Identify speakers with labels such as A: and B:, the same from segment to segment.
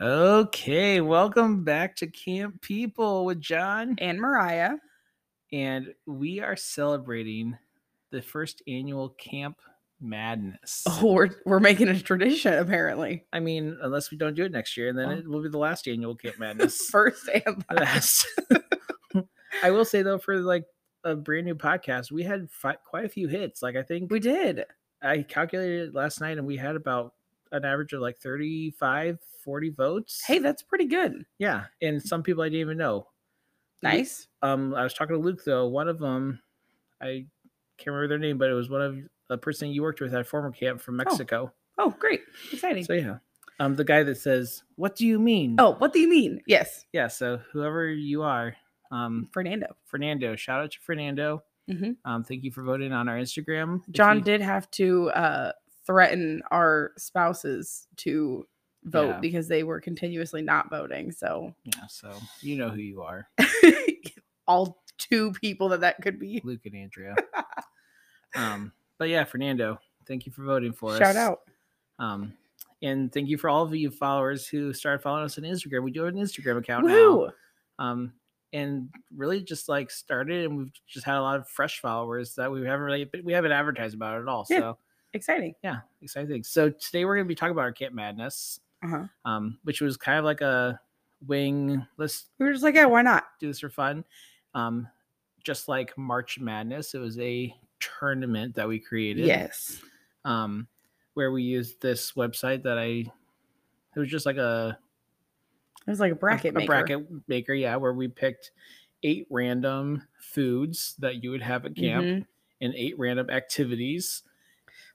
A: Okay, welcome back to Camp People with John.
B: and Mariah.
A: And we are celebrating the first annual Camp Madness.
B: Oh, we're we're making a tradition apparently.
A: I mean, unless we don't do it next year, and then
B: Oh.
A: it will be the last annual Camp Madness.
B: First and
A: last. I will say though, for like a brand new podcast, we had fi- quite a few hits. Like I think
B: we did.
A: I calculated it last night, and we had about an average of like 35, 40 votes.
B: Hey, that's pretty good.
A: yeah, and some people I didn't even know.
B: Nice.
A: um i was talking to luke though one of them i can't remember their name but it was one of a person you worked with at a former camp from mexico
B: Oh, great. Exciting.
A: so yeah um the guy that says what do you mean
B: oh, what do you mean? Yes,
A: yeah so whoever you are um
B: Fernando.
A: fernando shout out to fernando
B: Mhm.
A: um thank you for voting on our instagram If
B: John
A: you-
B: did have to uh threaten our spouses to vote
A: Yeah.
B: because they were continuously not voting. So
A: yeah so you know who you are
B: all two people that that could be.
A: luke and andrea um but yeah fernando thank you for voting for us
B: Shout out.
A: Um, and thank you for all of you followers who started following us on Instagram. We do have an Instagram account
B: Woo!
A: now. Um, and really just like started, and we've just had a lot of fresh followers that we haven't really we haven't advertised about at all.
B: Yeah.
A: So
B: Exciting.
A: yeah, exciting. So today we're gonna be talking about our Camp Madness,
B: Uh-huh.
A: um, which was kind of like a wing. Let's
B: We were just like, yeah, why not?
A: do this for fun. Um, just like March Madness, it was a tournament that we created
B: Yes.
A: um, where we used this website that I it was just like a
B: It was like a
A: a-
B: bracket
A: a,
B: maker.
A: bracket maker, yeah, where we picked eight random foods that you would have at camp
B: Mhm.
A: and eight random activities.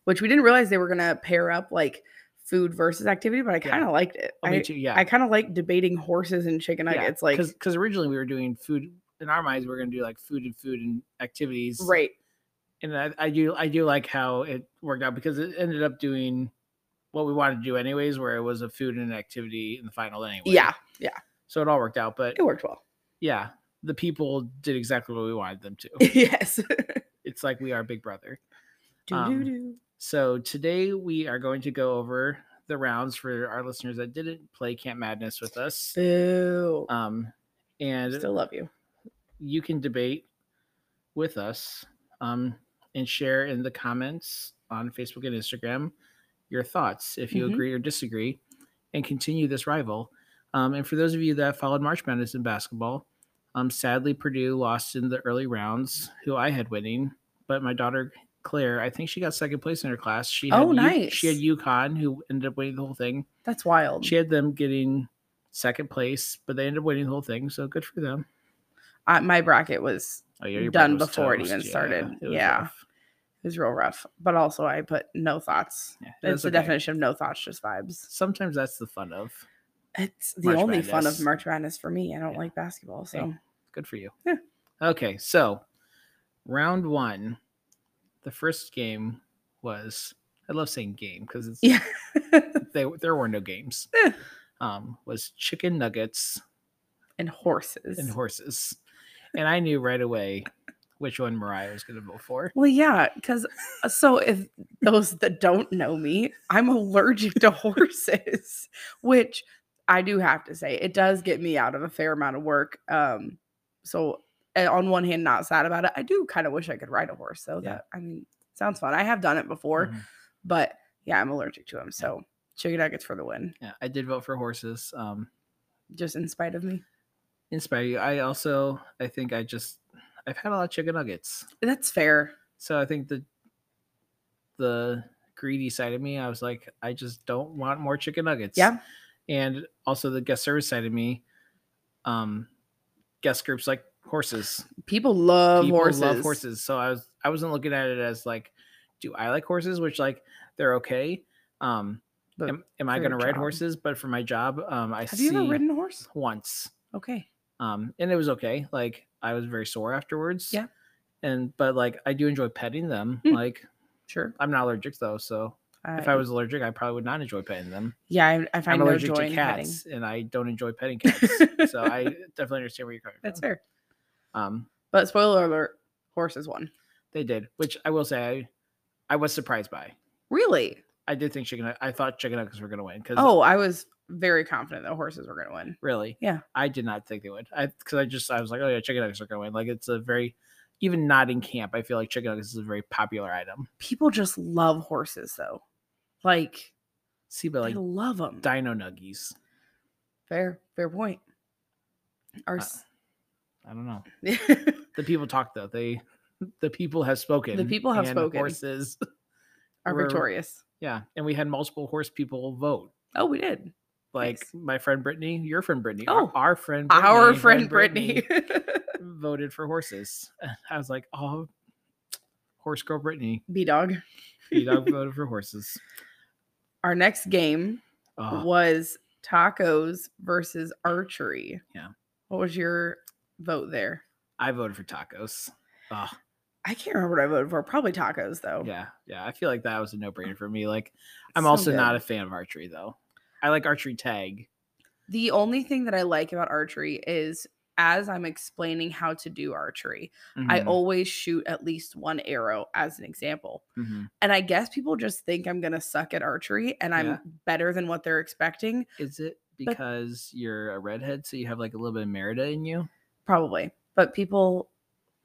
B: which we didn't realize they were gonna pair up like food versus activity, but I
A: Yeah.
B: kind of liked it.
A: Oh,
B: I,
A: me too, yeah.
B: I kind of like debating horses and chicken nuggets, like
A: because originally we were doing food in our minds, we are gonna do like food and food and activities,
B: right.
A: And I, I do I do like how it worked out because it ended up doing what we wanted to do anyways, where it was a food and an activity in the final anyway.
B: Yeah,
A: so it all worked out, but
B: it worked well.
A: yeah, the people did exactly what we wanted them to.
B: yes.
A: it's like we are big brother Um,
B: Doo-doo-doo.
A: so today we are going to go over the rounds for our listeners that didn't play camp madness with us
B: Boo.
A: um, and
B: Still love you.
A: you can debate with us um, and share in the comments on facebook and instagram your thoughts if you
B: Mhm.
A: agree or disagree and continue this rival um, and for those of you that followed march madness in basketball um, sadly purdue lost in the early rounds who i had winning but my daughter claire i think she got second place in her class she had
B: Oh,
A: U-
B: nice.
A: she had yukon who ended up winning the whole thing
B: That's wild.
A: she had them getting second place but they ended up winning the whole thing so good for them
B: I, my bracket was
A: Oh, yeah, your
B: done
A: brain was
B: before it
A: toast.
B: even started.
A: it was
B: Yeah.
A: rough.
B: it was real rough, but also I put no thoughts.
A: Yeah,
B: That's
A: that's
B: the
A: okay.
B: definition of no thoughts, just vibes.
A: Sometimes that's the fun of.
B: It's the
A: March
B: only fun of
A: Madness.
B: March Madness for me. I don't
A: Yeah.
B: like basketball, so
A: Good for you.
B: Yeah.
A: Okay, so round one, the first game was. I love saying game because it's
B: yeah.
A: they, there were no games.
B: Eh.
A: um, was chicken nuggets
B: and horses.
A: and horses, and I knew right away which one Mariah was going to vote for.
B: Well, yeah, because so if those that don't know me, I'm allergic to horses, which I do have to say it does get me out of a fair amount of work. Um, so and on one hand, not sad about it. I do kind of wish I could ride a horse, though.
A: Yeah.
B: That I mean, sounds fun. I have done it before,
A: Mhm.
B: but yeah, I'm allergic to them. So chicken nuggets for the win,
A: Yeah, I did vote for horses. Um,
B: just in spite of me.
A: inspire you. I also, I think I just, I've had a lot of chicken nuggets.
B: That's fair.
A: So I think the the greedy side of me, I was like, I just don't want more chicken nuggets.
B: Yeah.
A: And also the guest service side of me, um, guest groups like horses.
B: People love
A: People
B: horses.
A: love horses. So I was I wasn't looking at it as like, do I like horses? Which like they're okay. Um,
B: But
A: am, am I
B: for your
A: gonna ride
B: job.
A: horses? But for my job, um, I
B: have
A: see
B: you ever ridden a horse?
A: once
B: Okay.
A: um and it was okay like i was very sore afterwards
B: Yeah.
A: and but like i do enjoy petting them
B: Mm.
A: like
B: Sure.
A: i'm not allergic though so if i was allergic i probably would not enjoy petting them
B: yeah, I, I
A: i'm
B: find no
A: allergic
B: joy
A: to
B: in petting.
A: cats and i don't enjoy petting cats so i definitely understand where you're coming
B: That's
A: from
B: fair.
A: um
B: But spoiler alert, horses won.
A: they did which i will say i, I was surprised by
B: Really?
A: I did think Chicken. I thought Chickenhuckers were going to win because
B: Oh, I was very confident that horses were going to win.
A: really,
B: Yeah.
A: I did not think they would. I because I just I was like, oh yeah, Chickenhuckers are going to win. Like it's a very even not in camp, I feel like Chickenhuckers is a very popular item.
B: People just love horses though. Like,
A: See, but
B: I
A: like
B: love them.
A: Dino Nuggies.
B: fair, fair point. Our
A: Uh,
B: s-
A: I don't know. The people talk though. They the people have spoken.
B: people have
A: and
B: spoken.
A: Horses.
B: are
A: were-
B: victorious.
A: Yeah, and we had multiple horse people vote.
B: Oh, we did.
A: Like
B: Nice.
A: my friend Brittany, your friend Brittany, our-
B: Oh,
A: our, friend,
B: Our
A: Brittany,
B: friend Brittany.
A: Brittany voted for horses. I was like, oh, horse girl Brittany,
B: B Dog.
A: you dog voted for horses.
B: Our next game
A: Oh,
B: was tacos versus archery.
A: Yeah.
B: What was your vote there?
A: I voted for tacos. Oh,
B: I can't remember what I voted for. Probably tacos though.
A: yeah, yeah. I feel like that was a no brainer for me. Like, I'm
B: So
A: also not
B: good.
A: a fan of archery though. I like archery tag.
B: The only thing that I like about archery is as I'm explaining how to do archery, I
A: Mhm,
B: always shoot at least one arrow as an example.
A: mhm.
B: And I guess people just think I'm going to suck at archery and I'm
A: Yeah.
B: better than what they're expecting.
A: Is it because you're a redhead, so you have like a little bit of Merida in you,
B: Probably. But people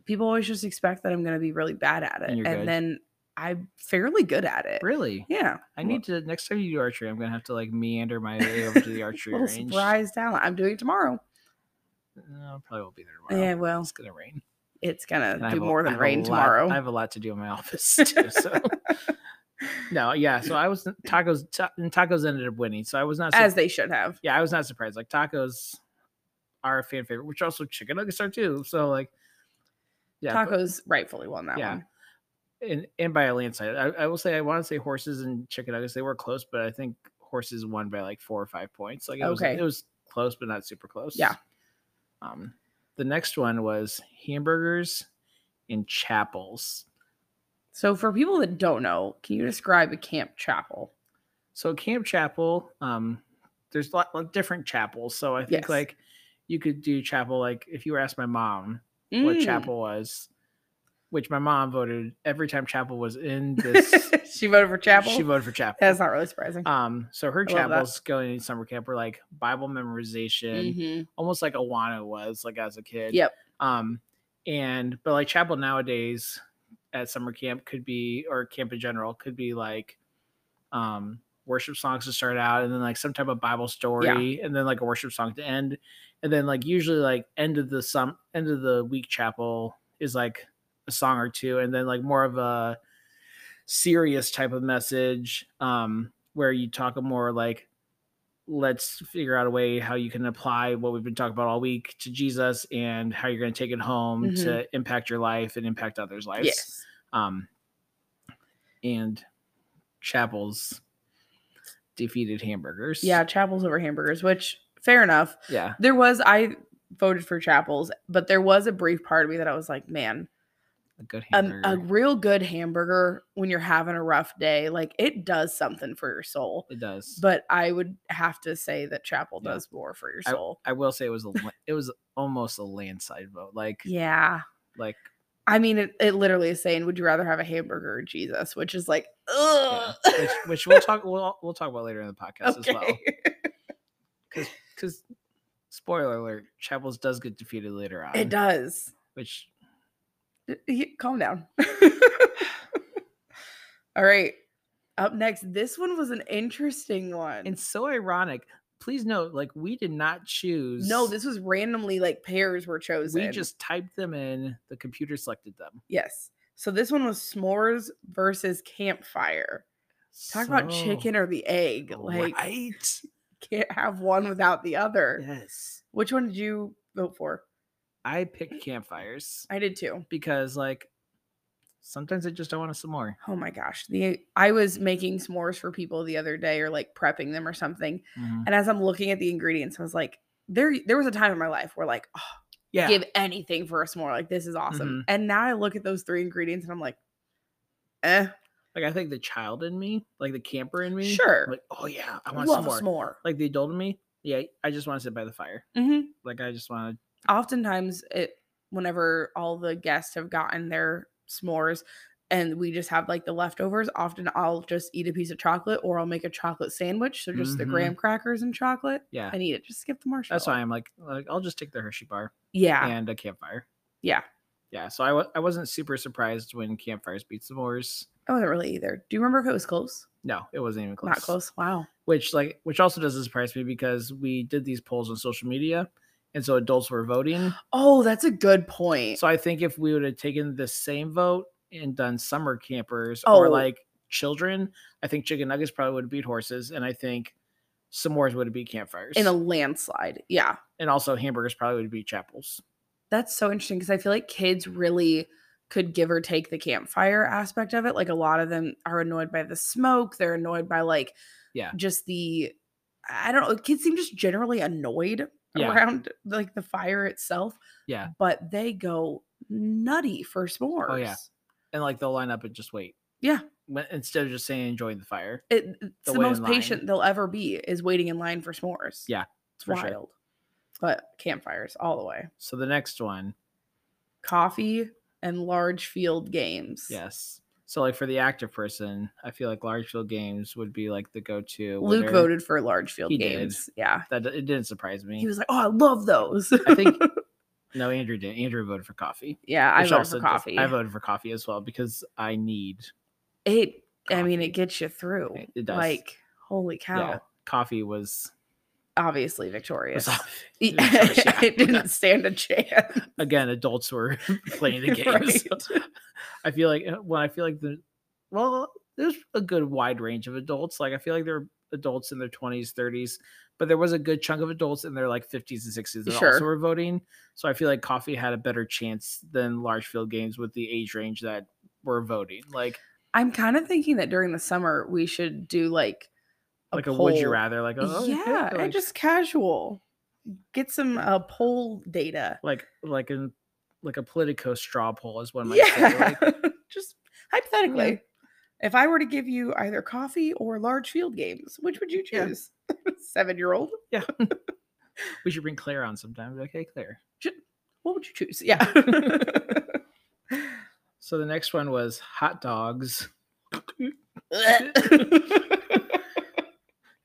B: people always just expect that I'm going to be really bad at it.
A: And you're
B: And,
A: good.
B: then I'm fairly good at it.
A: really?
B: Yeah.
A: I
B: Well,
A: need to next time you do archery, I'm gonna have to like meander my way over to the archery
B: little
A: range.
B: surprise talent. I'm doing it tomorrow.
A: No, I probably won't be there tomorrow.
B: Yeah, well,
A: it's gonna rain.
B: it's going
A: And
B: to
A: I
B: do
A: have a-
B: more
A: I
B: than
A: have a
B: rain
A: lot-
B: tomorrow.
A: I have a lot to do in my office too. So no, yeah. So I was tacos. Ta- and tacos ended up winning. So I was not. sur-
B: as they should have.
A: yeah, I was not surprised. Like tacos are a fan favorite, which also chicken nuggets are too. So like, yeah, but-
B: Tacos rightfully won that
A: Yeah.
B: one.
A: and, and by a landslide. I, I will say I want to say horses and chicken nuggets they were close, but I think horses won by like four or five points. Like it was
B: Okay.
A: it was close, but not super close.
B: Yeah.
A: Um, the next one was hamburgers and chapels.
B: So for people that don't know, can you describe a camp chapel?
A: So Camp Chapel, um, there's lot lot different chapels. So I think
B: Yes.
A: like you could do chapel like if you were asked my mom what
B: Mm.
A: chapel was, which my mom voted every time chapel was in this.
B: she voted for chapel.
A: She voted for chapel.
B: That's not really surprising.
A: Um, so her
B: I love that.
A: chapels going in summer camp were like Bible memorization,
B: Mhm.
A: almost like Awano was like as a kid.
B: Yep.
A: Um, and but like chapel nowadays at summer camp could be or camp in general could be like um worship songs to start out and then like some type of Bible story and then like a worship song to end. And then like usually like end of the sum end of the week chapel is like a song or two and then like more of a serious type of message um where you talk a more like let's figure out a way how you can apply what we've been talking about all week to Jesus and how you're going to take it home to impact your life and impact others' lives.
B: Mm-hmm. Yes.
A: Um and chapels defeated hamburgers.
B: Yeah, chapels over hamburgers, which fair enough.
A: Yeah.
B: There was I voted for chapels, but there was a brief part of me that I was like, man,
A: A good
B: um,
A: hamburger.
B: a real good hamburger when you're having a rough day, like it does something for your soul.
A: it does.
B: But I would have to say that chapel
A: Yeah.
B: does more for your soul.
A: I will say it was a la- it was almost a landslide vote. Like
B: yeah.
A: like
B: I mean, it, it literally is saying, "Would you rather have a hamburger or Jesus?" Which is like,
A: yeah,
B: ugh.
A: which, which we'll talk we'll we'll talk about later in the podcast as well. Because spoiler alert, Chapels does get defeated later on.
B: it does.
A: Which
B: Y- y- Calm down. All right. Up next, this one was an interesting one.
A: and so ironic. Please note, like we did not choose.
B: no, this was randomly like pairs were chosen.
A: we just typed them in. The computer selected them.
B: yes. So this one was s'mores versus campfire. Talk about
A: So-
B: chicken or the egg. Like er,
A: right?
B: can't have one without the other.
A: yes.
B: Which one did you vote for?
A: I picked campfires
B: I did too.
A: because like sometimes I just don't want to s'more.
B: Oh my gosh. The I was making s'mores for people the other day or like prepping them or something.
A: Mhm.
B: And as I'm looking at the ingredients, I was like, there there was a time in my life where like, oh,
A: Yeah.
B: give anything for a s'more. Like this is awesome.
A: Mhm.
B: And now I look at those three ingredients and I'm like, eh,
A: Like I think the child in me, like the camper in me,
B: Sure.
A: I'm like oh yeah, I want
B: love
A: some
B: s'more.
A: more. Like the adult in me, yeah, I just want to sit by the fire.
B: Mhm.
A: Like I just want
B: Oftentimes it whenever all the guests have gotten their s'mores, and we just have like the leftovers, often I'll just eat a piece of chocolate or I'll make a chocolate sandwich. So just the
A: Mhm.
B: graham crackers and chocolate
A: Yeah.
B: and eat it. Just skip the marshmallow.
A: That's why I'm like, like I'll just take the Hershey bar
B: Yeah.
A: and a campfire.
B: Yeah.
A: Yeah. So I w- I wasn't super surprised when campfires beat s'mores.
B: I wasn't really either. Do you remember if it was close?
A: No, it wasn't even close.
B: Not close. Wow.
A: Which like which also doesn't surprise me because we did these polls on social media and so adults were voting.
B: Oh, that's a good point.
A: So I think if we would have taken the same vote and done summer campers or
B: Oh.
A: like children, I think chicken nuggets probably would have beat horses and I think s'mores would have beat campfires.
B: In a landslide. Yeah.
A: and also hamburgers probably would beat chapels.
B: That's so interesting because I feel like kids really could give or take the campfire aspect of it. Like a lot of them are annoyed by the smoke. They're annoyed by like
A: Yeah.
B: just the I don't know. Kids seem just generally annoyed
A: Yeah.
B: around like the fire itself.
A: Yeah. Oh,
B: But they go nutty for s'mores.
A: yeah. And like they'll line up and just wait.
B: Yeah.
A: When- Instead of just saying enjoying the fire.
B: It, it's the,
A: wait in
B: most
A: line.
B: patient they'll ever be is waiting in line for s'mores.
A: Yeah,
B: It's
A: for
B: wild.
A: sure.
B: But campfires all the way.
A: So the next one,
B: Coffee and large field games.
A: yes. So like for the active person, I feel like large field games would be like the go-to.
B: Luke
A: winner.
B: voted for large field
A: He did.
B: games. Yeah.
A: That it didn't surprise me.
B: He was like, "Oh, I love those."
A: I think no, Andrew did. Andrew voted for coffee.
B: yeah, I
A: which
B: voted
A: also
B: for
A: does-
B: coffee.
A: I voted for coffee as well because I need
B: it. I mean,
A: coffee.
B: it gets you through.
A: It- it does.
B: Like, holy cow!
A: yeah. Coffee was,
B: Obviously
A: was
B: victorious.
A: off.
B: E-
A: victorious, yeah.
B: it didn't stand a chance.
A: again adults were playing the games.
B: Right.
A: I feel like uh, when I feel like the well, there's a good wide range of adults. Like I feel like there are adults in their 20s, 30s, but there was a good chunk of adults in their like 50s and 60s that
B: Sure.
A: also were voting. So I feel like coffee had a better chance than large field games with the age range that were voting. Like
B: I'm kind of thinking that during the summer we should do like
A: like a would you
B: poll.
A: rather like oh, okay,
B: yeah, and
A: like,
B: just casual. Get some uh, poll data.
A: like like in like a Politico straw poll is one might say.
B: yeah,
A: Like,
B: just hypothetically. If I were to give you either coffee or large field games, which would you
A: Yeah.
B: choose? Seven year old?
A: we should bring Claire on sometime. Be Like, hey Claire.
B: What would you choose? Yeah.
A: So the next one was hot dogs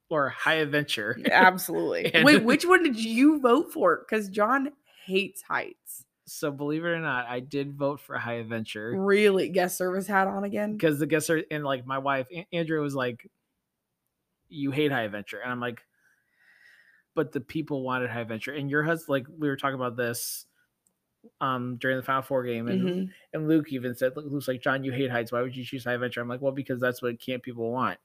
A: or high adventure.
B: Absolutely.
A: And-
B: Wait, which one did you vote for? Because John hates heights.
A: So believe it or not, I did vote for High Adventure
B: Really? Guest service hat on again?
A: because the guests are and like my wife An- Andrea was like, "You hate High Adventure," and I'm like, "But the people wanted High Adventure." And your husband, like we were talking about this um during the Final Four game, and,
B: Mhm.
A: and Luke even said, Luke- "Luke's like John, you hate heights. Why would you choose High Adventure?" I'm like, "Well, because that's what camp people want."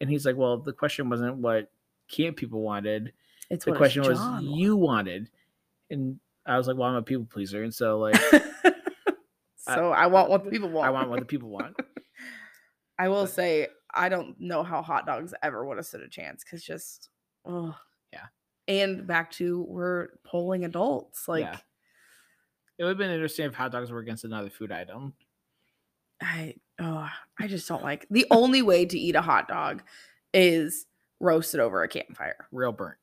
A: And he's like, "Well, the question wasn't what camp people wanted.
B: It's
A: the
B: what
A: question was
B: John
A: you wanted." And I was like, "Well, I'm a people pleaser," and so like.
B: so I, want what the people want.
A: I want what the people want.
B: I will
A: But-
B: say I don't know how hot dogs ever would have stood a chance because just oh
A: Yeah.
B: And back to we're polling adults. Like
A: Yeah. It would have been interesting if hot dogs were against another food item.
B: I oh I just don't like the only way to eat a hot dog is roasted over a campfire.
A: Real burnt.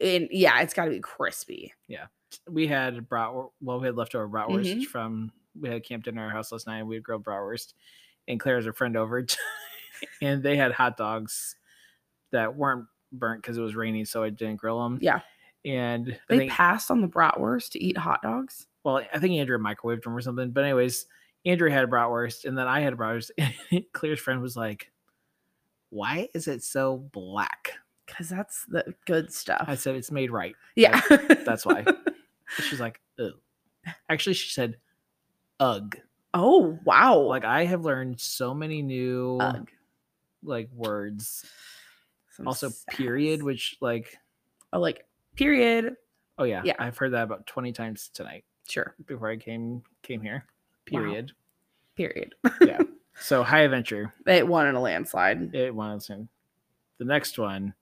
B: And yeah, it's gotta be crispy.
A: We had bratwurst. Well, we had leftover bratwurst
B: Mhm.
A: from we had camp dinner at our house last night. and We had grilled bratwurst, and Claire has a friend over, and they had hot dogs that weren't burnt because it was raining, so I didn't grill them.
B: Yeah.
A: And I
B: They
A: think,
B: passed on the bratwurst to eat hot dogs.
A: well, I think Andrew microwaved them or something. But anyways, Andrew had a bratwurst, and then I had a bratwurst. And Claire's friend was like, "Why is it so black?"
B: Cause that's the good stuff.
A: I said, "It's made right."
B: yeah.
A: that's why. She's like, ugh. Actually, she said, ugh.
B: oh wow. Uh,
A: Like, I have learned so many new,
B: Ugh.
A: like, words.
B: Some
A: Also,
B: sass.
A: period, which, like,
B: Oh, like period.
A: oh, yeah,
B: Yeah.
A: I've heard that about 20 times tonight
B: Sure.
A: before I came came here. Period.
B: Period.
A: Yeah. So, High Adventure,
B: It won in a landslide.
A: it won us in. The next one,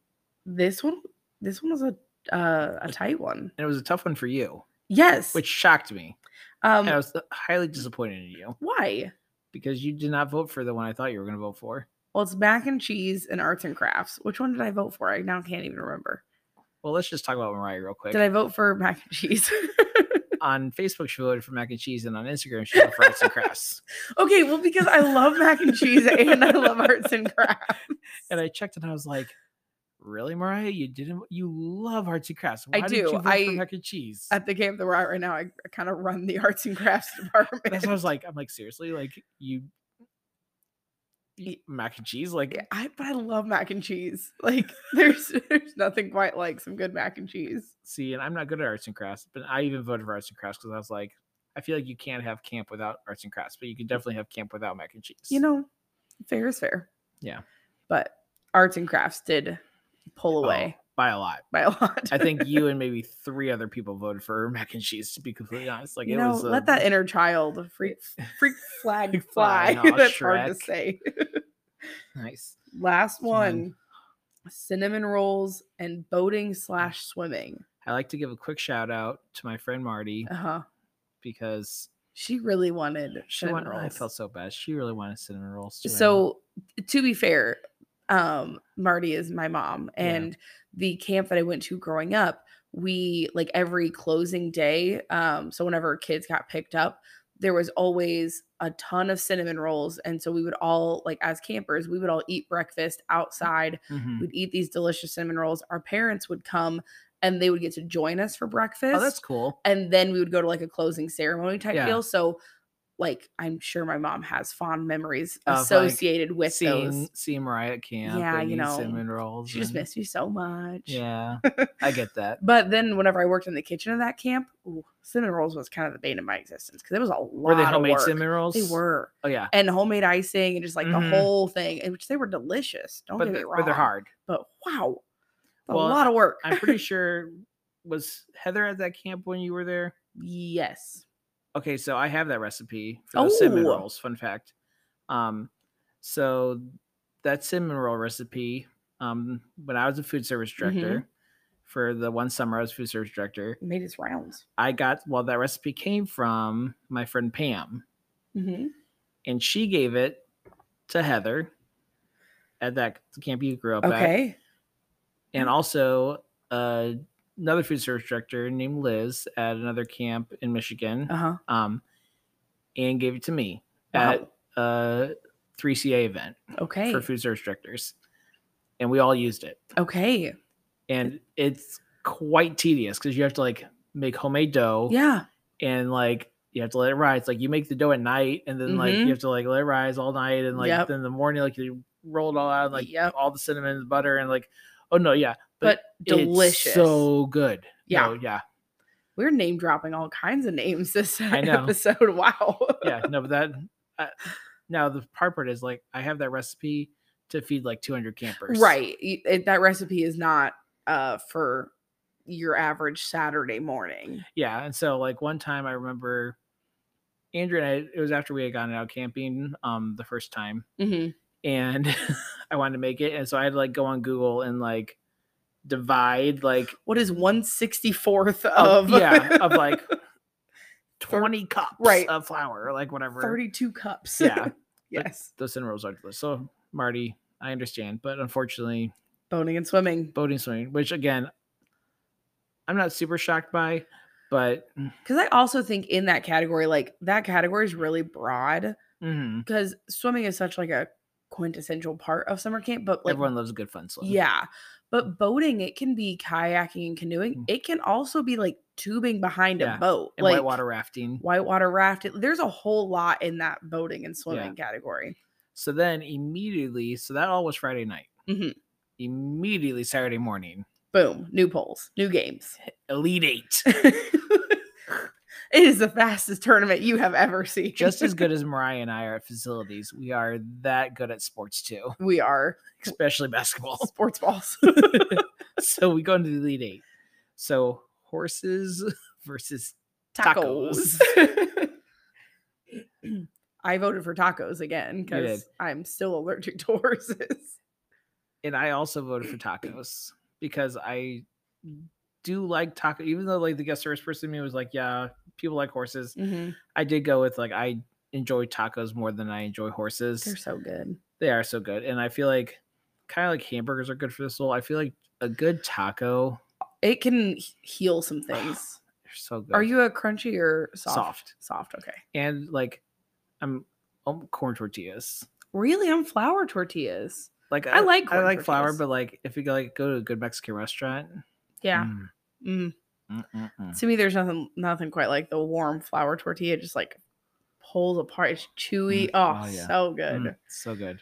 B: This one, this one was a uh, a tight one.
A: and it was a tough one for you,
B: Yes.
A: which shocked me.
B: um,
A: And I was highly disappointed in you
B: why?
A: because you did not vote for the one I thought you were going to vote for.
B: Well, it's mac and cheese and arts and crafts. Which one did I vote for? I now can't even remember.
A: Well, let's just talk about Mariah real quick.
B: Did I vote for mac and cheese?
A: on Facebook, she voted for mac and cheese, and on Instagram, she voted for arts and crafts.
B: Okay, well, because I love mac and cheese and I love arts and crafts.
A: And I checked, and I was like, "Really, Mariah? You didn't? You love arts and crafts?
B: I
A: Why
B: do.
A: Did you vote
B: I-
A: for mac and cheese."
B: At the camp that we're at right now, I, I kind of run the arts and crafts department.
A: That's what I was like. I'm like, seriously, like you, you mac and cheese, like.
B: Yeah, I, but I love mac and cheese. Like, there's there's nothing quite like some good mac and cheese.
A: See, and I'm not good at arts and crafts, but I even voted for arts and crafts because I was like, I feel like you can't have camp without arts and crafts, but you
B: Mm.
A: can definitely have camp without mac and cheese.
B: You know, fair is fair.
A: Yeah.
B: But arts and crafts did pull
A: Oh,
B: away
A: by a lot.
B: by a lot.
A: I think you and maybe three other people voted for mac and cheese. To be completely honest, like
B: you
A: it
B: know,
A: was um, a,
B: let that inner child freak freak flag
A: Freak fly,
B: fly.
A: aw,
B: That's hard to
A: Shrek.
B: say.
A: nice.
B: Last
A: Fine.
B: one. Cinnamon rolls and boating slash swimming.
A: I like to give a quick shout out to my friend Marty
B: Uh huh.
A: because
B: She really wanted
A: she
B: cinnamon
A: wanted. I
B: rolls.
A: felt so bad. She really wanted cinnamon rolls. too, I know.
B: so to be fair um marty is my mom
A: Yeah.
B: and the camp that i went to growing up we like every closing day um so whenever kids got picked up there was always a ton of cinnamon rolls and so we would all like as campers we would all eat breakfast outside
A: Mhm.
B: we'd eat these delicious cinnamon rolls our parents would come and they would get to join us for breakfast
A: oh, that's cool.
B: and then we would go to like a closing ceremony type
A: Yeah.
B: deal. So, like, I'm sure my mom has fond memories
A: Of, like,
B: associated with
A: seeing
B: those.
A: seeing Mariah at camp.
B: Yeah,
A: and
B: you
A: eating
B: know,
A: cinnamon rolls.
B: She just
A: and-
B: missed you so much.
A: Yeah, I get that.
B: But then, whenever I worked in the kitchen of that camp, ooh, cinnamon rolls was kind of the bane of my existence because it was a lot.
A: Were they
B: of
A: homemade
B: work.
A: cinnamon rolls?
B: They were,
A: Oh yeah,
B: and homemade icing, and just like
A: Mhm.
B: the whole thing, and which they were delicious. Don't
A: but,
B: get
A: the-
B: me wrong,
A: but they're hard.
B: But wow, a
A: Well,
B: lot of work.
A: I'm pretty sure was Heather at that camp when you were there?
B: yes,
A: Okay, so I have that recipe for those cinnamon
B: Oh.
A: rolls. Fun fact. Um, so that cinnamon roll recipe. Um, when I was a food service
B: Mm-hmm.
A: director, for the one summer I was food service director,
B: made its rounds.
A: I got well that recipe came from my friend Pam,
B: Mhm.
A: and she gave it to Heather at that camp you grew up at.
B: Okay,
A: and also uh, another food service director named Liz at another camp in Michigan,
B: uh huh.
A: um, and gave it to me
B: Wow.
A: at uh, a 3CA event
B: Okay,
A: for food service directors, and we all used it.
B: okay,
A: And it's quite tedious because you have to like make homemade dough,
B: yeah.
A: and like you have to let it rise. Like you make the dough at night, and then like you
B: Mhm.
A: have to like let it rise all night, and like
B: Yep.
A: then in the morning like you roll it all out, like
B: Yep.
A: all the cinnamon and the butter, and like oh no, yeah,
B: but
A: it's
B: delicious.
A: so good.
B: yeah,
A: No, yeah,
B: we're name dropping all kinds of names this
A: I know.
B: episode. Wow.
A: yeah. No, but that. I, now the hard part is like I have that recipe to feed like 200 campers.
B: right. y- it- that recipe is not uh for your average Saturday morning.
A: Yeah, and so like one time I remember Andrew and I. It was after we had gone out camping um the first time,
B: Mhm.
A: and I wanted to make it, and so I had to like go on Google and like divide like
B: What is one sixty fourth
A: of,
B: of
A: yeah of like 20 cups
B: right.
A: of flour or like whatever.
B: thirty two cups?
A: Yeah,
B: yes.
A: those cinnamon rolls are delicious. So Marty, I understand, but unfortunately.
B: Boning and swimming
A: boating swimming, which again, I'm not super shocked by, but mm-hmm,
B: because I also think in that category, like that category is really broad
A: mhm,
B: because swimming is such like a quintessential part of summer camp. But like
A: everyone loves a good fun swim.
B: Yeah. But boating, it can be kayaking and canoeing.
A: Mm.
B: It can also be like tubing behind
A: Yeah,
B: a boat.
A: and
B: like
A: whitewater rafting.
B: Whitewater raft. It- There's a whole lot in that boating and swimming category.
A: So then immediately, so that all was Friday night.
B: Mhm.
A: Immediately Saturday morning,
B: Boom. New polls, new games.
A: Elite Eight,
B: it is the fastest tournament you have ever seen.
A: just as good as Mariah and I are at facilities. We are that good at sports too,
B: we are
A: especially basketball.
B: sports balls.
A: So we go into the Elite Eight. So horses versus
B: tacos. I voted for tacos again
A: did.
B: because I'm still allergic to horses.
A: and I also voted for tacos because I do like taco. Even though like the guest service person in me was like, yeah, people like horses. I did go with like I enjoy tacos more than I enjoy horses.
B: They're so good.
A: they are so good, and I feel like kind of like hamburgers are good for the soul. I feel like a good taco
B: it can he- heal some things.
A: so good.
B: Are you a crunchy or soft?
A: Soft.
B: Soft, okay.
A: and like I'm um, corn tortillas.
B: Really? I'm flour tortillas.
A: Like
B: I like
A: I
B: corn
A: like flour,
B: tortillas.
A: but like if you go like go to a good Mexican restaurant,
B: Yeah.
A: mm,
B: Mm.
A: mm, mm, mm.
B: To me, there's nothing nothing quite like the warm flour tortilla. Just like pulls apart. It's
A: Mm.
B: chewy. Oh,
A: Oh, yeah.
B: so good.
A: Mm, so good.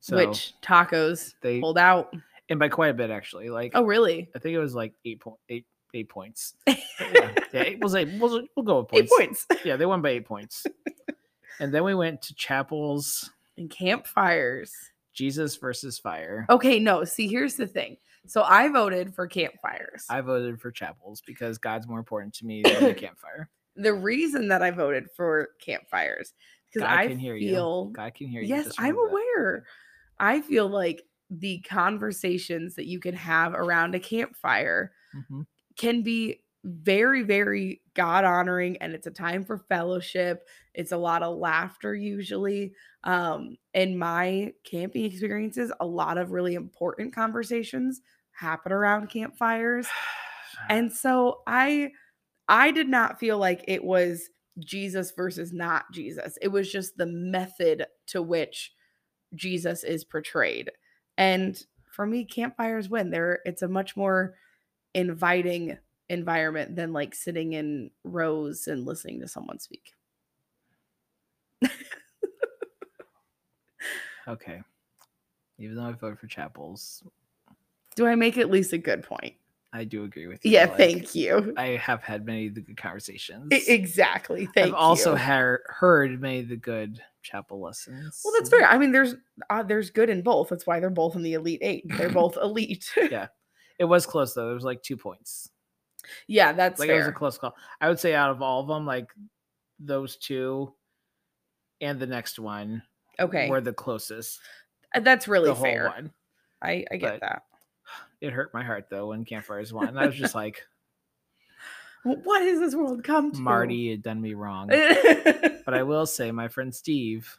A: So
B: Which tacos
A: they
B: pulled out.
A: and by quite a bit actually. Like
B: Oh, really?
A: I think it was like eight point eight eight points. yeah, yeah it was eight. We'll, we'll go with
B: Eight
A: points.
B: points.
A: Yeah, they won by eight points. and then we went to Chapels
B: And campfires.
A: Jesus versus Fire.
B: Okay, no. See, here's the thing. So I voted for campfires.
A: I voted for Chapels because God's more important to me than the campfire.
B: the reason that I voted for campfires because
A: God
B: I
A: can hear you.
B: feel
A: God can hear you.
B: yes,
A: Just
B: I'm
A: remember that.
B: aware. I feel like the conversations that you can have around a campfire
A: Mhm.
B: can be very, very God honoring, and it's a time for fellowship. It's a lot of laughter usually. Um, in my camping experiences, a lot of really important conversations happen around campfires and so i i did not feel like it was jesus versus not jesus it was just the method to which jesus is portrayed and for me campfires win there it's a much more inviting environment than like sitting in rows and listening to someone speak
A: okay. Even though I voted for Chapels,
B: do i make at least a good point
A: I do agree with you.
B: yeah
A: like,
B: thank you
A: I have had many of the good conversations.
B: E- exactly thank
A: I've also
B: you.
A: har- heard many of the good chapel lessons.
B: well that's fair i mean there's uh, there's good in both that's why they're both in the elite eight they're both elite
A: It was close though. There was like two points.
B: yeah that's
A: like it
B: fair.
A: was a close call. I would say out of all of them, like those two and the next one
B: Okay.
A: were the closest.
B: Uh, That's really
A: the whole
B: fair.
A: one.
B: I, I
A: but-
B: get that.
A: It hurt my heart though when campfires won. I was just like,
B: W- What has this world come to?
A: Marty, you done me wrong.
B: Eh.
A: But I will say, my friend Steve,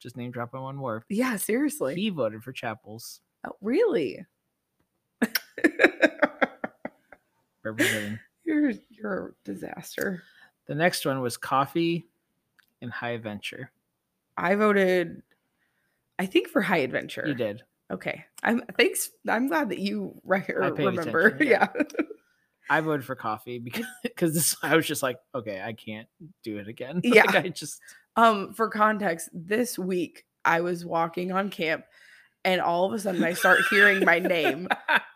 A: just name dropping one more,
B: yeah, seriously.
A: he voted for Chapels.
B: Oh, really?
A: Representing.
B: you're you're a disaster.
A: the next one was Coffee and High Adventure.
B: I voted I think for High Adventure.
A: You did.
B: Okay. I'm thanks. I'm glad that you re-
A: I paid
B: remember.
A: attention,
B: Yeah.
A: yeah. I voted for Coffee because cause this, I was just like, okay, I can't do it again.
B: Yeah.
A: Like, I just,
B: Um, for context, this week I was walking on camp and all of a sudden I start hearing my name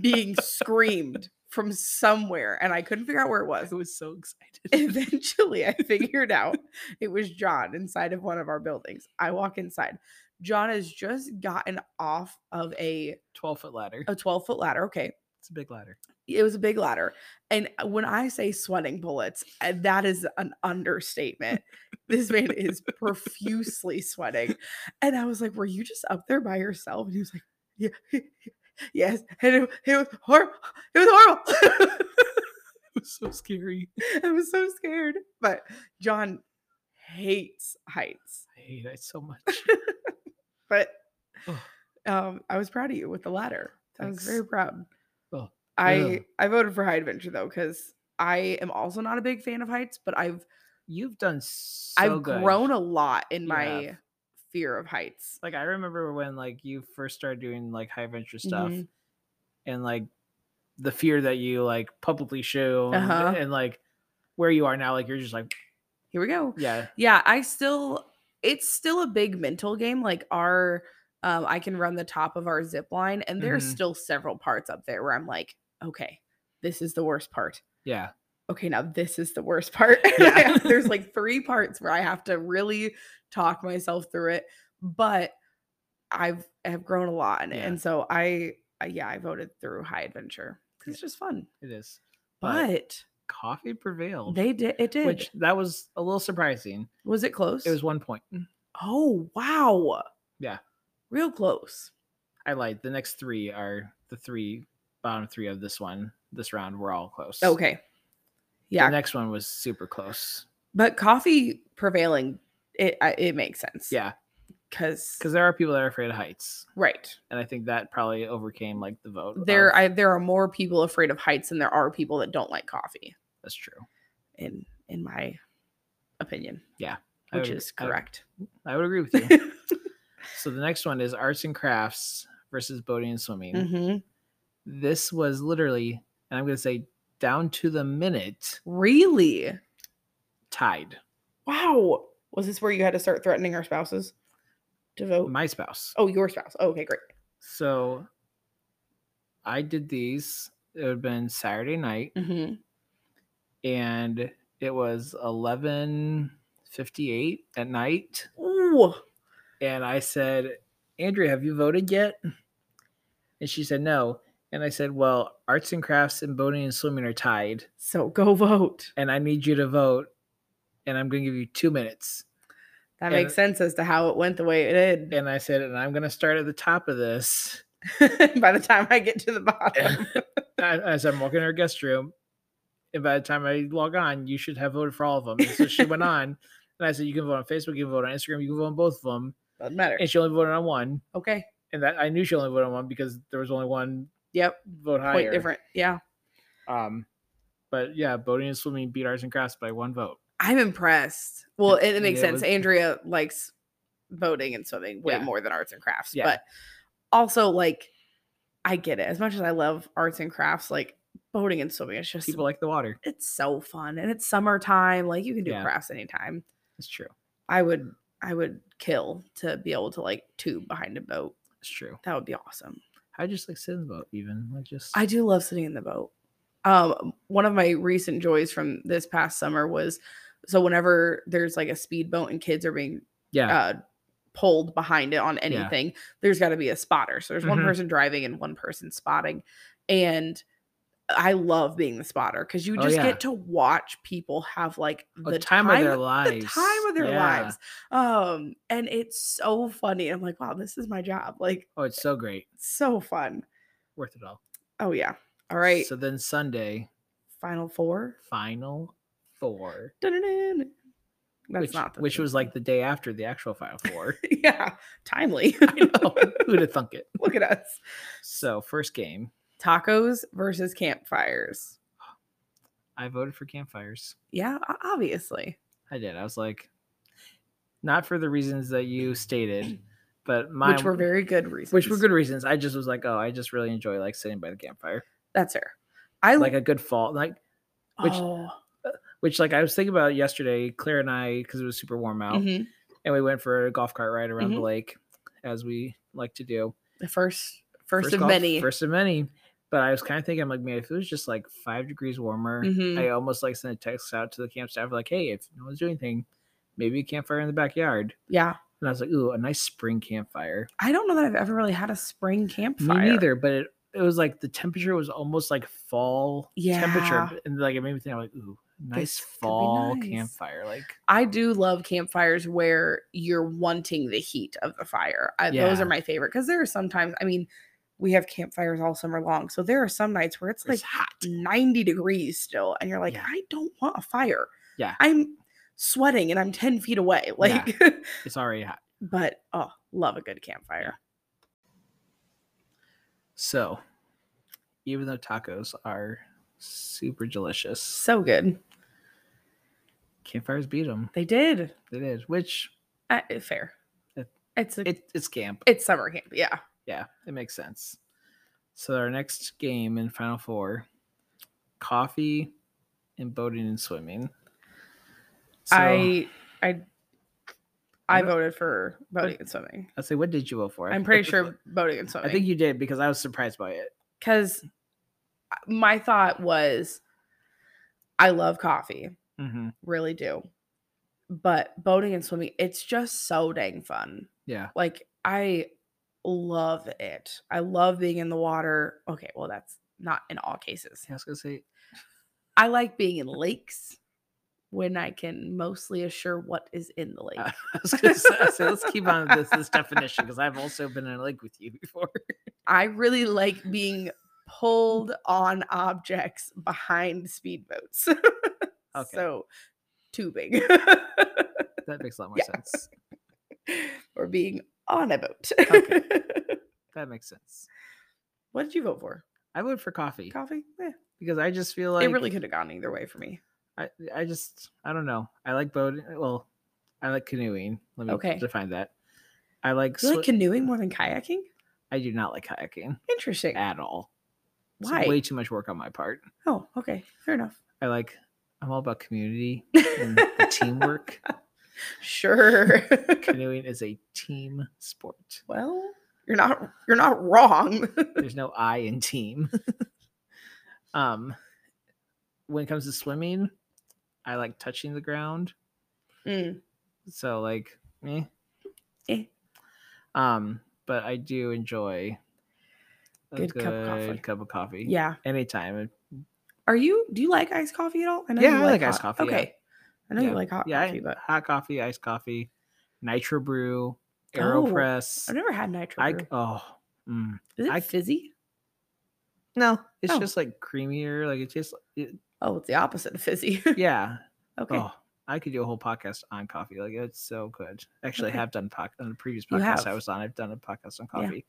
B: being screamed from somewhere and I couldn't figure out where it was.
A: I was so
B: Eh.
A: excited.
B: Eventually, I figured out it was John inside of one of our buildings. I walk inside. John has just gotten off of a
A: 12 foot ladder.
B: a 12 foot ladder. Okay.
A: It's a big ladder.
B: It was a big ladder. And uh, when I say sweating bullets, uh, that is an understatement. this man is profusely sweating. And I was like, Were you just up there by yourself? And he was like, Yeah. Yes. And it, it was horrible. It was horrible.
A: It was so scary.
B: I was so scared. But John hates heights.
A: I hate it so much.
B: But
A: Ugh.
B: um, I was proud of you with the ladder. I was very
A: Thanks.
B: proud.
A: Oh,
B: I
A: ugh.
B: I voted for High Adventure though because I am also not a big fan of heights, but I've
A: You've done so
B: I've
A: good.
B: grown a lot in
A: You
B: my
A: have.
B: fear of heights.
A: like I remember when like you first started doing like high venture stuff
B: Mhm.
A: and like the fear that you like publicly show
B: Uh-huh.
A: and like where you are now, like you're just like,
B: Here we go.
A: yeah,
B: Yeah, I still it's still a big mental game. Like our um, I can run the top of our zip line, and there's
A: Mhm.
B: still several parts up there where I'm like, okay, this is the worst part.
A: yeah.
B: okay, now this is the worst part. And I have- There's like three parts where I have to really talk myself through it, but I've I've grown a lot in it,
A: Yeah.
B: and so I uh, yeah I voted through High Adventure because it's just fun.
A: It is. But,
B: But
A: coffee prevailed.
B: they did it did.
A: Which that was a little surprising.
B: was it close?
A: It was one point. mm,
B: Oh wow.
A: Yeah.
B: Real close.
A: I lied. The next three are the three bottom three of this one, this round, we're all close.
B: Okay.
A: The
B: Yeah,
A: next one was super close.
B: but coffee prevailing it I- it makes sense.
A: Yeah.
B: because
A: Because there are people that are afraid of heights.
B: right.
A: And I think that probably overcame like the vote.
B: there
A: of-
B: I, there are more people afraid of heights than there are people that don't like coffee.
A: That's true.
B: in in my opinion.
A: Yeah, I
B: Which
A: would-
B: is
A: I would-
B: correct.
A: I would agree with you. so the next one is arts and crafts versus boating and swimming.
B: hmm
A: This was literally, and I'm going to say down to the minute,
B: Really?
A: tied.
B: Wow. Was this where you had to start threatening our spouses to vote?
A: My spouse.
B: oh, your spouse. Oh, okay, great.
A: So I did these. It would have been Saturday night,
B: Mm-hmm.
A: and it was 11:58 at night.
B: Ooh.
A: And I said, Andrea, have you voted yet? And she said, no. And I said, well, arts and crafts and boating and swimming are tied,
B: So go vote.
A: and I need you to vote. And I'm going to give you two minutes.
B: That
A: And-
B: makes sense as to how it went the way it
A: And I said, and I'm going to start at the top of this
B: did. By the time I get to the bottom.
A: I- as I'm walking in our guest room. And by the time I log on, you should have voted for all of them. And so she went on. And I said, you can vote on Facebook, you can vote on Instagram, you can vote on both of them.
B: Doesn't matter.
A: And she only voted on one.
B: Okay.
A: And that I knew she only voted on one because there was only one
B: Yep.
A: vote higher.
B: Quite different. Yeah.
A: Um, but yeah, boating and swimming beat arts and crafts by one vote.
B: I'm impressed. Well,
A: Yeah,
B: and it makes
A: yeah, it
B: sense.
A: was-
B: Andrea likes boating and swimming way
A: Yeah.
B: more than arts and crafts.
A: Yeah.
B: But also, like, I get it. As much as I love arts and crafts, like boating and swimming, it's just
A: People like the water.
B: it's so fun. And it's summertime. Like you can do
A: Yeah.
B: crafts anytime.
A: It's true.
B: I would I would kill to be able to like tube behind a boat.
A: It's true.
B: That would be awesome.
A: I just like sit in the boat, even like just
B: I do love sitting in the boat. Um, one of my recent joys from this past summer was so whenever there's like a speedboat and kids are being
A: yeah,
B: uh, pulled behind it on anything, there's got to be a spotter. So there's one
A: Mhm.
B: person driving and one person spotting, and I love being the spotter because you
A: Oh,
B: just
A: yeah.
B: get to watch people have like
A: the,
B: the
A: time, of their lives,
B: the time of their
A: Yeah.
B: lives. Um, and it's so funny. I'm like, wow, this is my job. Like,
A: Oh, it's so great,
B: so fun.
A: worth it all.
B: Oh yeah. All right.
A: So then Sunday,
B: Final four.
A: final four,
B: Dun-dun-dun. That's
A: which,
B: not the
A: which
B: thing.
A: was like the day after the actual final four.
B: yeah, timely.
A: I know who'd have thunk it.
B: Look at us.
A: So first game,
B: Tacos versus campfires.
A: I voted for campfires.
B: Yeah, o- obviously.
A: I did. I was like, not for the reasons that you stated, but my
B: which were very good reasons.
A: which were good reasons. I just was like, oh, I just really enjoy like sitting by the campfire,
B: That's her. I
A: like
B: like.
A: a good fall, like which-
B: oh,
A: which like I was thinking about it yesterday. Claire and I, because it was super warm out,
B: mhm.
A: and we went for a golf cart ride around the
B: Mhm.
A: lake, as we like to do.
B: the first, first, of
A: golf-
B: many.
A: First of many. But I was kind of thinking, I'm like, man, if it was just like five degrees warmer,
B: Mhm.
A: I almost like sent a text out to the camp staff, like, hey, if no one's doing anything, maybe a campfire in the backyard.
B: yeah,
A: And I was like, ooh, a nice spring campfire.
B: I don't know that I've ever really had a spring campfire.
A: Me neither, but it, it was like the temperature was almost like fall
B: Yeah.
A: temperature. And like it made me think I'm like, ooh, nice
B: This could be
A: fall
B: nice.
A: campfire. Like
B: I do love campfires where you're wanting the heat of the fire. I, Those
A: Yeah.
B: are my favorite because there are sometimes. I mean, we have campfires all summer long, so there are some nights where it's
A: it's
B: like
A: hot.
B: 90 degrees still and you're like
A: Yeah.
B: i don't want a fire
A: Yeah.
B: i'm sweating and i'm 10 feet away like
A: It's already hot.
B: but oh love a good campfire
A: So even though tacos are super delicious,
B: so good
A: campfires beat them.
B: they did
A: They did, which
B: uh, fair
A: It-
B: it's a,
A: it, it's camp.
B: it's summer camp yeah
A: Yeah, it makes sense. So our next game in Final Four, coffee and boating and swimming. So I
B: i i i
A: don't-
B: voted for boating and swimming
A: I say, what did you vote for?
B: i'm pretty sure boating and swimming
A: I think you did because I was surprised by it.
B: because my thought was i love coffee
A: Mm-hmm.
B: really do but boating and swimming it's just so dang fun
A: Yeah,
B: like i love it i love being in the water okay well that's not in all cases
A: I was gonna say
B: i like being in lakes when i can mostly assure what is in the lake
A: Uh, I was gonna say, I said, let's keep on this this definition because I've also been in a lake with you before.
B: i really like being pulled on objects behind speedboats
A: Okay.
B: so tubing
A: That makes a lot more
B: Yeah.
A: sense.
B: or being on a boat
A: Okay. That makes sense.
B: what did you vote for
A: I voted for coffee.
B: coffee yeah
A: because I just feel like
B: it really could have gone either way for me.
A: I, I just I don't know. I like boating. Well, I like canoeing. Let me
B: Okay.
A: define that. I like.
B: You like
A: swi-
B: canoeing more than kayaking?
A: I do not like kayaking
B: Interesting.
A: at all. It's
B: Why?
A: way too much work on my part.
B: Oh, okay. Fair enough.
A: I like. I'm all about community and the teamwork.
B: Sure.
A: Canoeing is a team sport.
B: well, you're not you're not wrong.
A: There's no I in team. um, when it comes to swimming, I like touching the ground.
B: Mm,
A: So like, eh.
B: Eh.
A: Um, but I do enjoy a
B: Good cup of coffee.
A: good cup of coffee.
B: yeah.
A: anytime.
B: Are you do you like iced coffee at all? I
A: Yeah,
B: you
A: I like iced
B: hot-
A: coffee, yeah.
B: Okay. I know
A: Yeah.
B: you like hot
A: Yeah, I-
B: coffee, but
A: hot coffee, iced coffee, nitro brew,
B: Oh,
A: Aeropress.
B: I've never had nitro.
A: I
B: brew.
A: oh mm.
B: Is it
A: I-
B: fizzy?
A: no, it's
B: Oh.
A: just like creamier. Like it tastes. It,
B: Oh, it's the opposite of fizzy.
A: yeah.
B: okay.
A: Oh, I could do a whole podcast on coffee. Like it's so good. Actually,
B: Okay.
A: I have done po- on the previous
B: You
A: podcast I
B: have.
A: was on. I've done a podcast on
B: Yeah.
A: coffee.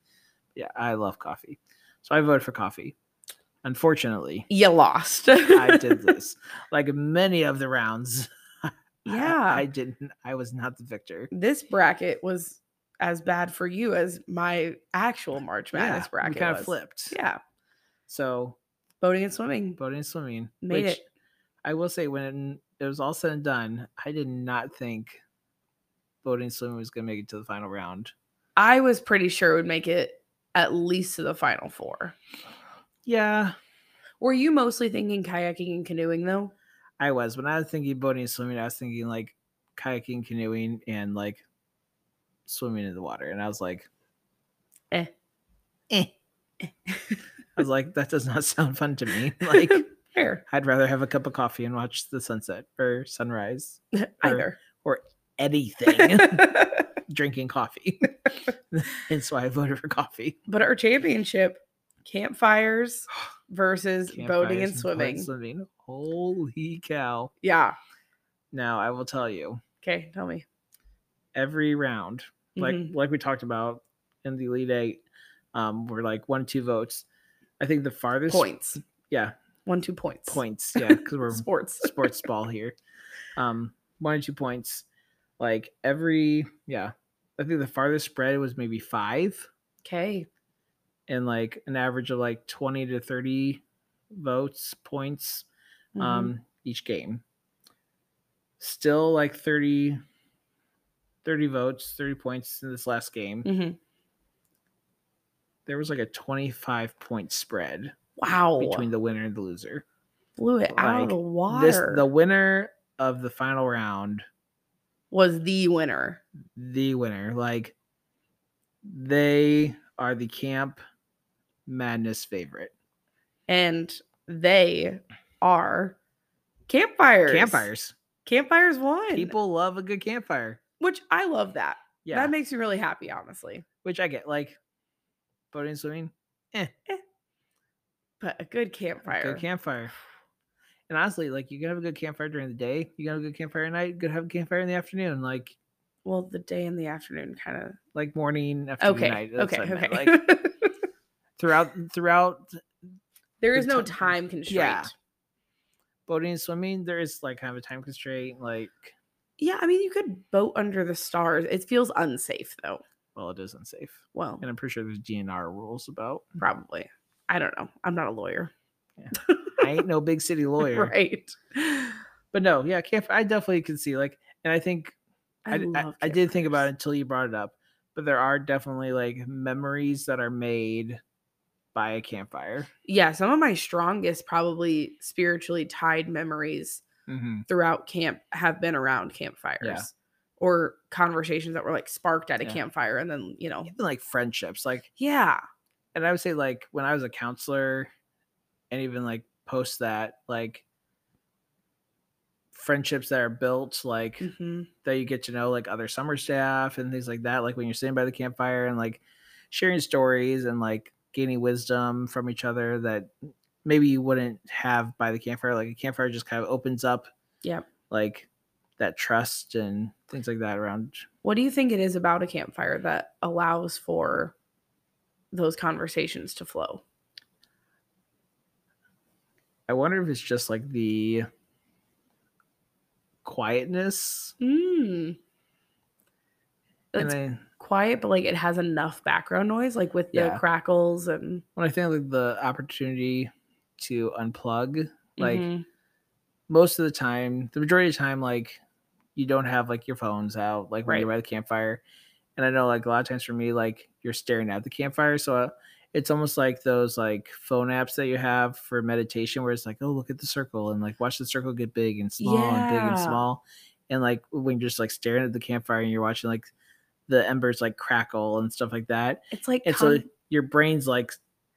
A: Yeah, I love coffee, so I voted for coffee. Unfortunately,
B: You lost.
A: I did this. Like many of the rounds, I-
B: Yeah.
A: I, didn't. I was not the victor.
B: this bracket was as bad for you as my actual March Madness bracket.
A: we kind of
B: was.
A: flipped.
B: Yeah.
A: So
B: Boating and swimming.
A: boating and swimming
B: Made
A: which
B: it.
A: I will say when it was all said and done, I did not think boating and swimming was going to make it to the final round.
B: I was pretty sure it would make it at least to the final four.
A: Yeah,
B: Were you mostly thinking kayaking and canoeing though?
A: I was. When I was thinking boating and swimming, I was thinking like kayaking, canoeing, and like swimming in the water. And I was like,
B: Eh.
A: eh. I was like, that does not sound fun to me. Like,
B: fair.
A: I'd rather have a cup of coffee and watch the sunset or sunrise,
B: Either.
A: anything drinking coffee. and so I voted for coffee.
B: but our championship campfires versus boating
A: Campfires
B: and swimming.
A: swimming. Holy cow.
B: yeah.
A: Now, I will tell you
B: Okay. Tell me.
A: every round, like
B: Mhm.
A: like we talked about in the elite eight um we're like one two votes i think the farthest
B: points.
A: yeah
B: One, two points.
A: points yeah because we're
B: Sports.
A: sports ball here um one or two points like every yeah i think the farthest spread was maybe five
B: Okay.
A: and like an average of like 20 to 30 votes points
B: Mm-hmm.
A: um each game still like 30 30 votes 30 points in this last game
B: Mhm.
A: there was like a 25 point spread
B: wow.
A: between the winner and the loser.
B: Blew it out
A: like,
B: of the water.
A: This the winner of the final round,
B: was the winner.
A: the winner, like they are the camp madness favorite.
B: And they are campfires.
A: Campfires.
B: Campfires won.
A: People love a good campfire.
B: Which I love that.
A: Yeah.
B: That makes me really happy, honestly.
A: which I get like boating and swimming,
B: But a good campfire.
A: good campfire. And honestly, like you can have a good campfire during the day, you can have a good campfire at night, you can have a campfire in the afternoon, like
B: well, the day in the afternoon kind of.
A: like morning, afternoon,
B: Okay.
A: night. that's
B: Okay.
A: what I meant,
B: Okay.
A: Like throughout throughout
B: there
A: the
B: is no
A: ti-
B: time constraint.
A: yeah. boating and swimming, there is like kind of a time constraint. Like,
B: Yeah, I mean, you could boat under the stars. It feels unsafe, though.
A: well, it is unsafe,
B: Well,
A: and I'm pretty sure there's DNR rules about.
B: probably. I don't know. I'm not a lawyer.
A: I ain't no big city lawyer,
B: right.
A: but no, yeah, camp. I definitely can see like, and I think I, d- I-
B: love
A: I did think about it
B: campfires.
A: until you brought it up, but there are definitely like memories that are made by a campfire.
B: Yeah, some of my strongest, probably spiritually tied memories
A: Mm-hmm.
B: throughout camp have been around campfires or conversations that were like sparked at a
A: Yeah.
B: campfire and then you know
A: Even like friendships, like,
B: yeah
A: and I would say like when I was a counselor, and even like post that, like friendships that are built, like.
B: Mhm.
A: that you get to know like other summer staff and things like that like when you're sitting by the campfire and like sharing stories and like gaining wisdom from each other that maybe you wouldn't have by the campfire like a campfire just kind of opens up
B: Yep.
A: like that trust and things like that around
B: what do you think it is about a campfire that allows for those conversations to flow
A: I wonder if it's just like the quietness.
B: Mm. It's
A: and I,
B: quiet, but like it has enough background noise, like with the
A: Yeah.
B: crackles and
A: when I think like the opportunity to unplug, like
B: Mhm.
A: most of the time, the majority of the time, like you don't have like your phones out, like when you're
B: Right.
A: by the campfire. And I know like a lot of times for me, like you're staring at the campfire, so uh, it's almost like those like phone apps that you have for meditation, where it's like, oh, look at the circle and like watch the circle get big and small and big and
B: Yeah.
A: small. And like when you're just like staring at the campfire and you're watching like the embers like crackle and stuff like that,
B: it's like
A: and so your brain's like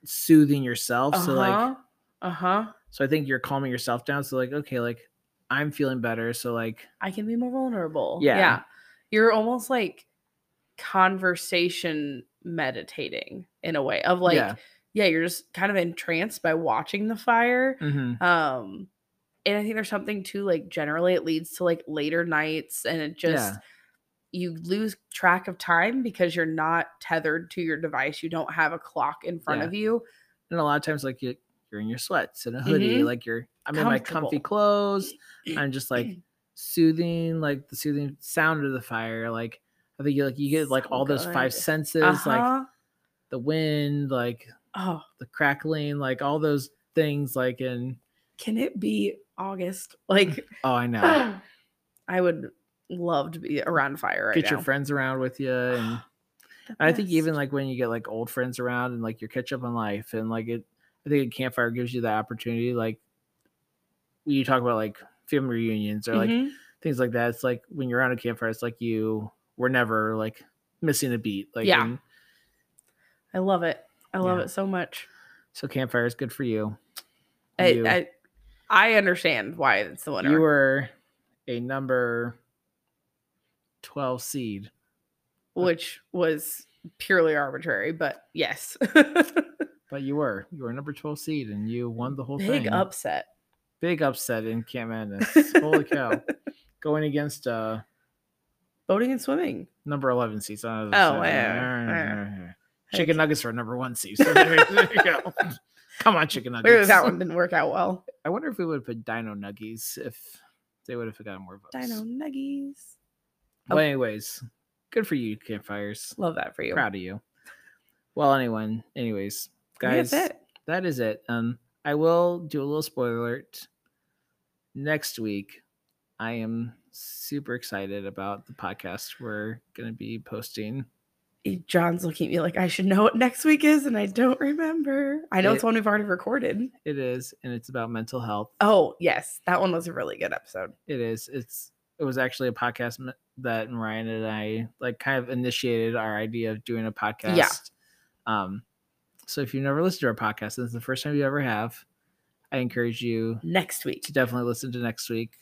A: soothing yourself. So like
B: uh huh.
A: so I think you're calming yourself down. So like, okay, like I'm feeling better. So like,
B: I can be more vulnerable.
A: Yeah.
B: You're almost like conversation meditating in a way of like, yeah,
A: Yeah.
B: you're just kind of entranced by watching the fire.
A: mhm,
B: Um, and I think there's something too, like generally it leads to like later nights and it just
A: yeah,
B: you lose track of time because you're not tethered to your device. You don't have a clock in front
A: Yeah.
B: of you.
A: and a lot of times like you, you're in your sweats and a hoodie,
B: Mhm.
A: like you're I'm in my comfy
B: Comfortable.
A: clothes. I'm just like soothing, like the soothing sound of the fire. Like I think you like you get like
B: So
A: all those five
B: good.
A: senses, like
B: Uh-huh.
A: the wind, like
B: oh,
A: the crackling, like all those things. Like in
B: can it be August? Like
A: oh, I know.
B: I would love to be around fire right
A: get your
B: now.
A: friends around with you and.
B: The
A: I think even
B: best.
A: like when you get like old friends around and like your catch up on life and like it, I think a campfire gives you the opportunity. Like when you talk about like family reunions or like
B: Mhm.
A: things like that, it's like when you're around a campfire, it's like you were never like missing a beat. Like
B: Yeah.
A: and
B: I love it. I love
A: Yeah.
B: it so much.
A: so campfire is good for you.
B: I,
A: you,
B: I I understand why it's the winner.
A: you were a number twelve seed.
B: which was purely arbitrary, but yes.
A: But you were. You were number twelve seed and you won the whole
B: Big
A: thing.
B: upset.
A: Big upset in Camp Madness. Holy cow. Going against uh
B: Boating and swimming.
A: number 11 seats. Oh,
B: Oh, yeah,
A: Chicken nuggets are number one seats. So there, there you go. Come on, chicken
B: Clearly
A: nuggets.
B: that one didn't work out well.
A: I wonder if we would have put dino nuggies if they would have gotten more votes.
B: Dino Nuggies.
A: But anyways, good for you, campfires.
B: Love that for you.
A: Proud of you. Well, anyone, anyways,
B: I think
A: guys,
B: that's it.
A: that is it. Um, I will do a little spoiler alert. Next week, I am super excited about the podcast we're going to be posting.
B: John's looking at me like I should know what next week is, and I don't remember. I know it's
A: It-
B: one we've already recorded.
A: It is, and it's about mental health.
B: Oh yes, that one was a really good episode.
A: It is. It's. It was actually a podcast m- that Ryan and I like kind of initiated our idea of doing a podcast. Um. So if you've never listened to our podcast, and it's the first time you ever have, I encourage you
B: Next week,
A: to definitely listen to next week,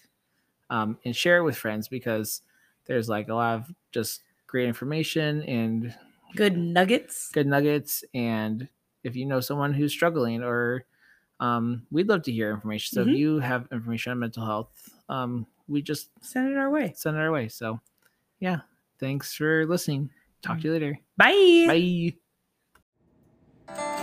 A: um, and share it with friends because there's like a lot of just great information and
B: good nuggets.
A: good nuggets. And if you know someone who's struggling, or um, we'd love to hear information. So
B: Mhm.
A: if you have information on mental health, um, we just
B: Send it our way.
A: send it our way. So, yeah, thanks for listening. Talk to you later.
B: Bye.
A: Bye.